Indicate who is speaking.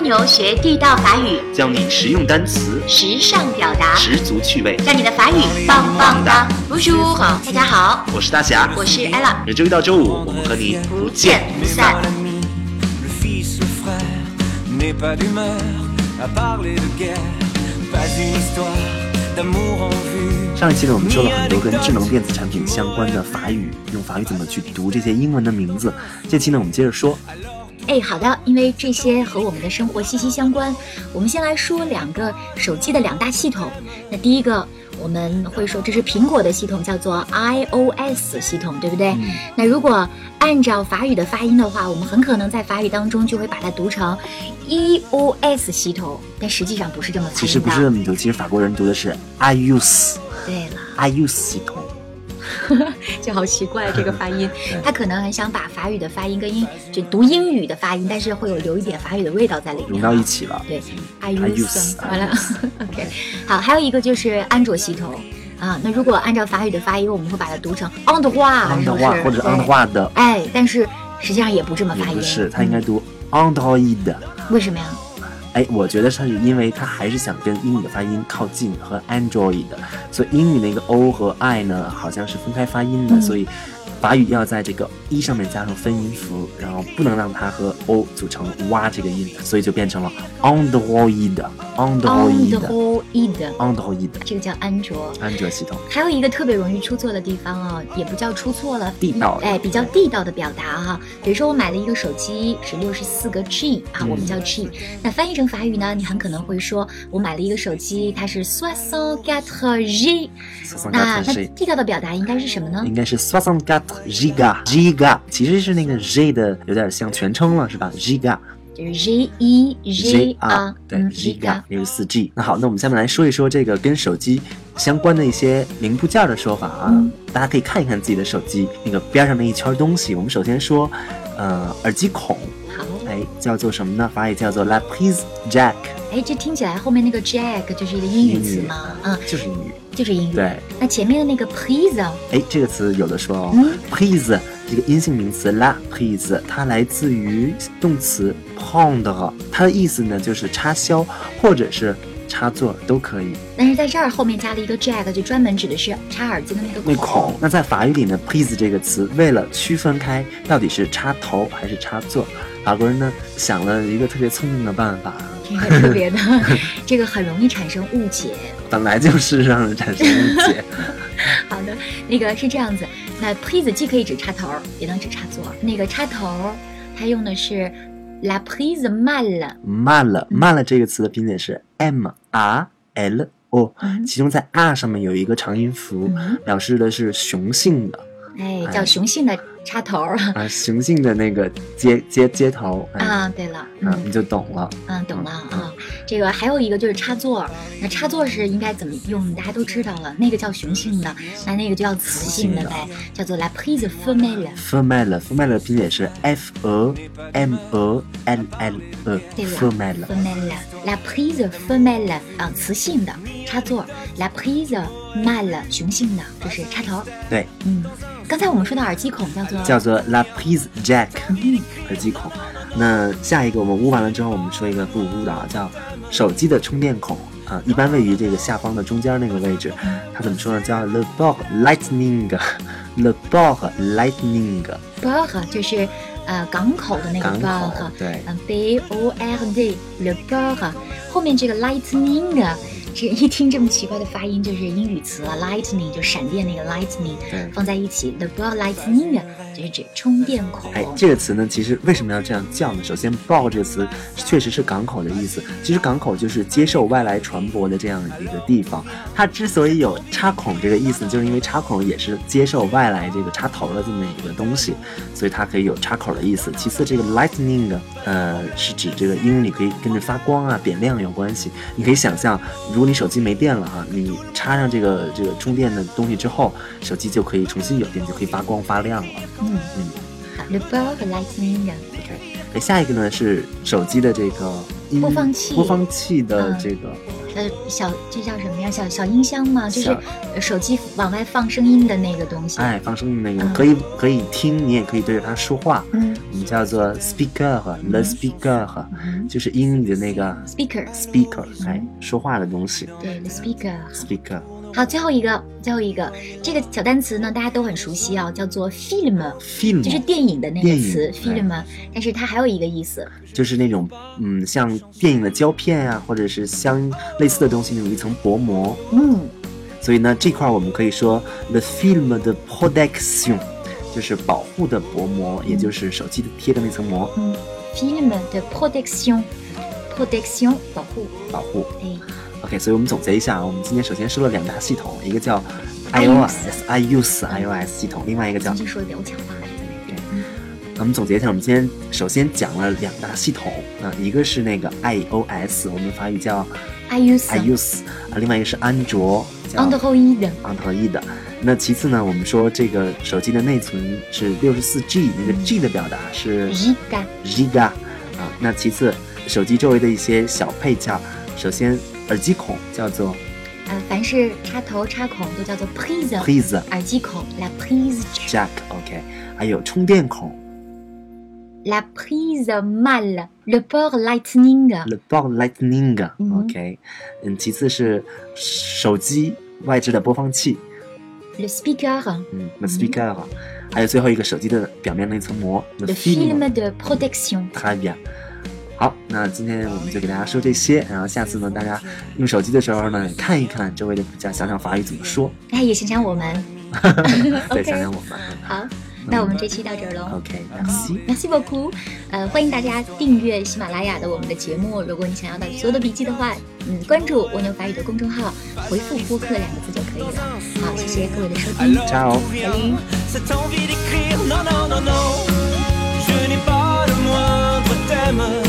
Speaker 1: 牛学地道法语，
Speaker 2: 教你实用单词，
Speaker 1: 时尚表达，
Speaker 2: 十足趣味。
Speaker 1: 让你的法语棒棒哒！不输，大家好，
Speaker 2: 我是大侠，
Speaker 1: 我是 Ella，
Speaker 2: 每周一到周五，我们和你
Speaker 1: 不见不散
Speaker 3: Par。l'ami, le fils, le frère n'est pas d'humeur à parler de guerre. Pas une histoire d'amour en vue.
Speaker 4: 上一期呢，我们说了很多跟智能电子产品相关的法语，用法语怎么去读这些英文的名字。这期呢，我们接着说，
Speaker 1: 哎，好的，因为这些和我们的生活息息相关，我们先来说两个手机的两大系统。那第一个，我们会说这是苹果的系统，叫做 iOS 系统，对不对？
Speaker 4: 嗯
Speaker 1: 那如果按照法语的发音的话，我们很可能在法语当中就会把它读成 EOS 系统，但实际上不是这么发音的。
Speaker 4: 其实不是那么读，其实法国人读的是 i u s
Speaker 1: 对了。
Speaker 4: i u s 系统。
Speaker 1: 就好奇怪这个发音
Speaker 4: 对，
Speaker 1: 他可能很想把法语的发音跟英就读英语的发音，但是会有留一点法语的味道在里面啊。
Speaker 4: 融到一起了。
Speaker 1: 对，I
Speaker 4: 嗯 I
Speaker 1: use
Speaker 4: use，
Speaker 1: them，完了 ，OK，好，还有一个就是安卓系统啊，那如果按照法语的发音，我们会把它读成 on the 话，
Speaker 4: ，on
Speaker 1: 是
Speaker 4: the
Speaker 1: 不啊是？
Speaker 4: 话或者 on the
Speaker 1: 对
Speaker 4: 话的
Speaker 1: 哎，但是实际上也不这么
Speaker 4: 也
Speaker 1: 发音，
Speaker 4: 不是，他应该读 on the e 的。
Speaker 1: 为什么呀？
Speaker 4: 哎，我觉得它是因为它还是想跟英语的发音靠近，和 Android 的，所以英语那个 O 和 I 呢，好像是分开发音的，
Speaker 1: 嗯
Speaker 4: 所以法语要在这个 E 上面加上分音符，然后不能让它和 O 组成哇这个音，所以就变成了 Android，Android，Android，
Speaker 1: on the whole id，这个叫安卓。
Speaker 4: 安卓系统。
Speaker 1: 还有一个特别容易出错的地方啊、也不叫出错了，
Speaker 4: 地道的
Speaker 1: 哎，比较地道的表达哈、比如说我买了一个手机是六十四个 G 啊，
Speaker 4: 嗯
Speaker 1: 我们叫 G，、那翻译成法语呢，你很可能会说我买了一个手机，它是 soixante quatre G，那那嗯
Speaker 4: 64
Speaker 1: 地道的表达应该是什么呢
Speaker 4: 应？该是 s w a s a n g a t giga giga，其实是那个 G 的有点像全称了，是吧？giga
Speaker 1: 就是 G E G 啊，
Speaker 4: 对
Speaker 1: 嗯
Speaker 4: ，giga 六十四 G。那好，那我们下面来说一说这个跟手机相关的一些零部件的说法啊。
Speaker 1: 嗯
Speaker 4: 大家可以看一看自己的手机那个边上那一圈东西。我们首先说，呃，耳机孔，
Speaker 1: 好，
Speaker 4: 哎，叫做什么呢？法语叫做 la prise jack，
Speaker 1: 哎，这听起来后面那个 jack 就是一个英语词吗？啊，
Speaker 4: 就是英语。
Speaker 1: 就是英语。
Speaker 4: 对，
Speaker 1: 那前面的那个啊 prise，
Speaker 4: 哎，这个词有的说哦、
Speaker 1: 嗯
Speaker 4: p r i s e 这个阴性名词 la prise，它来自于动词 prendre，它的意思呢就是插销或者是插座都可以。
Speaker 1: 但是在这儿后面加了一个 jack，就专门指的是插耳机的那个
Speaker 4: 那孔。那在法语里呢，piece 这个词为了区分开到底是插头还是插座，法国人呢想了一个特别聪明的办法，
Speaker 1: 这个特 别的，这个很容易产生误解。
Speaker 4: 本来就是让人产生误解。
Speaker 1: 好的，那个是这样子，那 prise 既可以指插头儿，也能指插座儿。那个插头儿，它用的是 la prise mal，
Speaker 4: 慢了，慢了这个词的拼写是 m r l o，
Speaker 1: 嗯
Speaker 4: 其中在 r 上面有一个长音符
Speaker 1: 嗯，
Speaker 4: 表示的是雄性的
Speaker 1: 哎，
Speaker 4: 哎
Speaker 1: 叫雄性的插头儿。
Speaker 4: 啊，雄性的那个接接接头。哎
Speaker 1: 啊，对了，
Speaker 4: 嗯，
Speaker 1: 嗯
Speaker 4: 你就懂了。
Speaker 1: 嗯，懂了啊。这个还有一个就是插座儿，那插座儿是应该怎么用？大家都知道了，那个叫雄性的，那那个就叫雌性
Speaker 4: 雌
Speaker 1: 的
Speaker 4: 性的
Speaker 1: 呗，叫做 la prise femelle。
Speaker 4: female，female 的拼写是 f e m e l l e
Speaker 1: 对了
Speaker 4: female。
Speaker 1: femelle la prise femelle 啊，雌性的插座，la prise male 雄性的，就是插头。
Speaker 4: 对，
Speaker 1: 嗯，刚才我们说到耳机孔叫做
Speaker 4: 叫做 La Prise Jack
Speaker 1: 嗯
Speaker 4: 耳机孔。那下一个我们捂完了之后，我们说一个不捂的啊，叫手机的充电孔啊、一般位于这个下方的中间那个位置。它怎么说呢？叫 Le Bord Lightning，Le Bord Lightning
Speaker 1: bord，就是呃港口的那个
Speaker 4: 港口
Speaker 1: bord，
Speaker 4: 对。
Speaker 1: 嗯，b o r d le bord，后面这个 lightning 啊。这一听这么奇怪的发音，就是英语词啊，lightning 就闪电那个 lightning
Speaker 4: 对
Speaker 1: 放在一起，the ball lightning 啊就是指充电孔。
Speaker 4: 哎，这个词呢，其实为什么要这样叫呢？首先 b o 这个词确实是港口的意思。其实港口就是接受外来船舶的这样一个地方。它之所以有插孔这个意思，就是因为插孔也是接受外来这个插头的这么一个东西，所以它可以有插口的意思。其次，这个 lightning 呃是指这个英语里可以跟着发光啊、点亮有关系。你可以想象，如果你手机没电了啊，你插上这个这个充电的东西之后，手机就可以重新有电，就可以发光发亮了。
Speaker 1: 嗯
Speaker 4: 嗯。
Speaker 1: 好，the ball lightning 啊
Speaker 4: OK，哎，下一个呢是手机的这个音
Speaker 1: 播放器
Speaker 4: 播放器的这个
Speaker 1: 呃小这叫什么呀？小小音箱吗？就是
Speaker 4: 小
Speaker 1: 呃手机往外放声音的那个东西。
Speaker 4: 哎，放声那个
Speaker 1: 嗯
Speaker 4: 可以可以听，你也可以对着它说话，
Speaker 1: 嗯
Speaker 4: 我们叫做 speaker 和 the speaker 和，
Speaker 1: 嗯
Speaker 4: 就是英语的那个
Speaker 1: ，speaker，
Speaker 4: speaker，哎，说话的东西
Speaker 1: 对，the speaker。
Speaker 4: speaker。
Speaker 1: 好，最后一个，最后一个这个小单词呢，大家都很熟悉啊，叫做 film，
Speaker 4: film
Speaker 1: 就是电影的那个
Speaker 4: 电影
Speaker 1: 词
Speaker 4: 哎
Speaker 1: film，但是它还有一个意思，
Speaker 4: 就是那种嗯，像电影的胶片啊，或者是相类似的东西那种一层薄膜。
Speaker 1: 嗯，
Speaker 4: 所以呢，这块儿我们可以说 the film 的 protection，就是保护的薄膜，也就是手机的贴的那层膜
Speaker 1: 嗯，film 的 protection，protection 保护，
Speaker 4: 保护。
Speaker 1: 哎，
Speaker 4: OK，所以我们总结一下，啊，我们今天首先说了两大系统，一个叫 iOS
Speaker 1: iOS
Speaker 4: 嗯 iOS iOS 系统，另外一个叫
Speaker 1: 今天说的比较强大这个内容
Speaker 4: 我们总结一下，我们今天首先讲了两大系统啊、一个是那个 iOS，我们法语叫
Speaker 1: ，iOS，
Speaker 4: iOS 啊，另外一个是安卓
Speaker 1: 啊
Speaker 4: 叫
Speaker 1: Android 的，
Speaker 4: Android 的。那其次呢，我们说这个手机的内存是六十四 G，那个 G 的表达是
Speaker 1: Giga，
Speaker 4: Giga 啊。那其次，手机周围的一些小配件儿，首先耳机孔叫做
Speaker 1: 呃，凡是插头插孔都叫做 prise，
Speaker 4: Prise
Speaker 1: 耳机孔 la prise
Speaker 4: Jack，OK，、还有充电孔
Speaker 1: la prise mal le port lightning。
Speaker 4: The b o l Lightning，OK，、
Speaker 1: 嗯哼
Speaker 4: OK 嗯，其次是手机外置的播放器，
Speaker 1: Le speaker,
Speaker 4: 嗯，the speaker，、还有最后一个手机的表面那层膜，the
Speaker 1: le film de protection.
Speaker 4: 差别。好，那今天我们就给大家说这些，然后下次呢，大家用手机的时候呢，也看一看周围的比较，想想法语怎么说，
Speaker 1: 哎，也想想我们。
Speaker 4: 再
Speaker 1: 嗯 OK，
Speaker 4: 想想我们。
Speaker 1: 好，那我们这期到这儿喽。
Speaker 4: OK，merci，
Speaker 1: Merci beaucoup，呃，欢迎大家订阅喜马拉雅的我们的节目。如果你想要到所有的笔记的话，嗯，关注“蜗牛法语”的公众号，回复“播客”两个字就可以了。好，谢谢各位的收听。
Speaker 3: Alors
Speaker 4: Ciao.
Speaker 3: d'où vient cette envie d'écrire Non, non, non, non. Je n'ai pas le moindre thème. Oh, oh,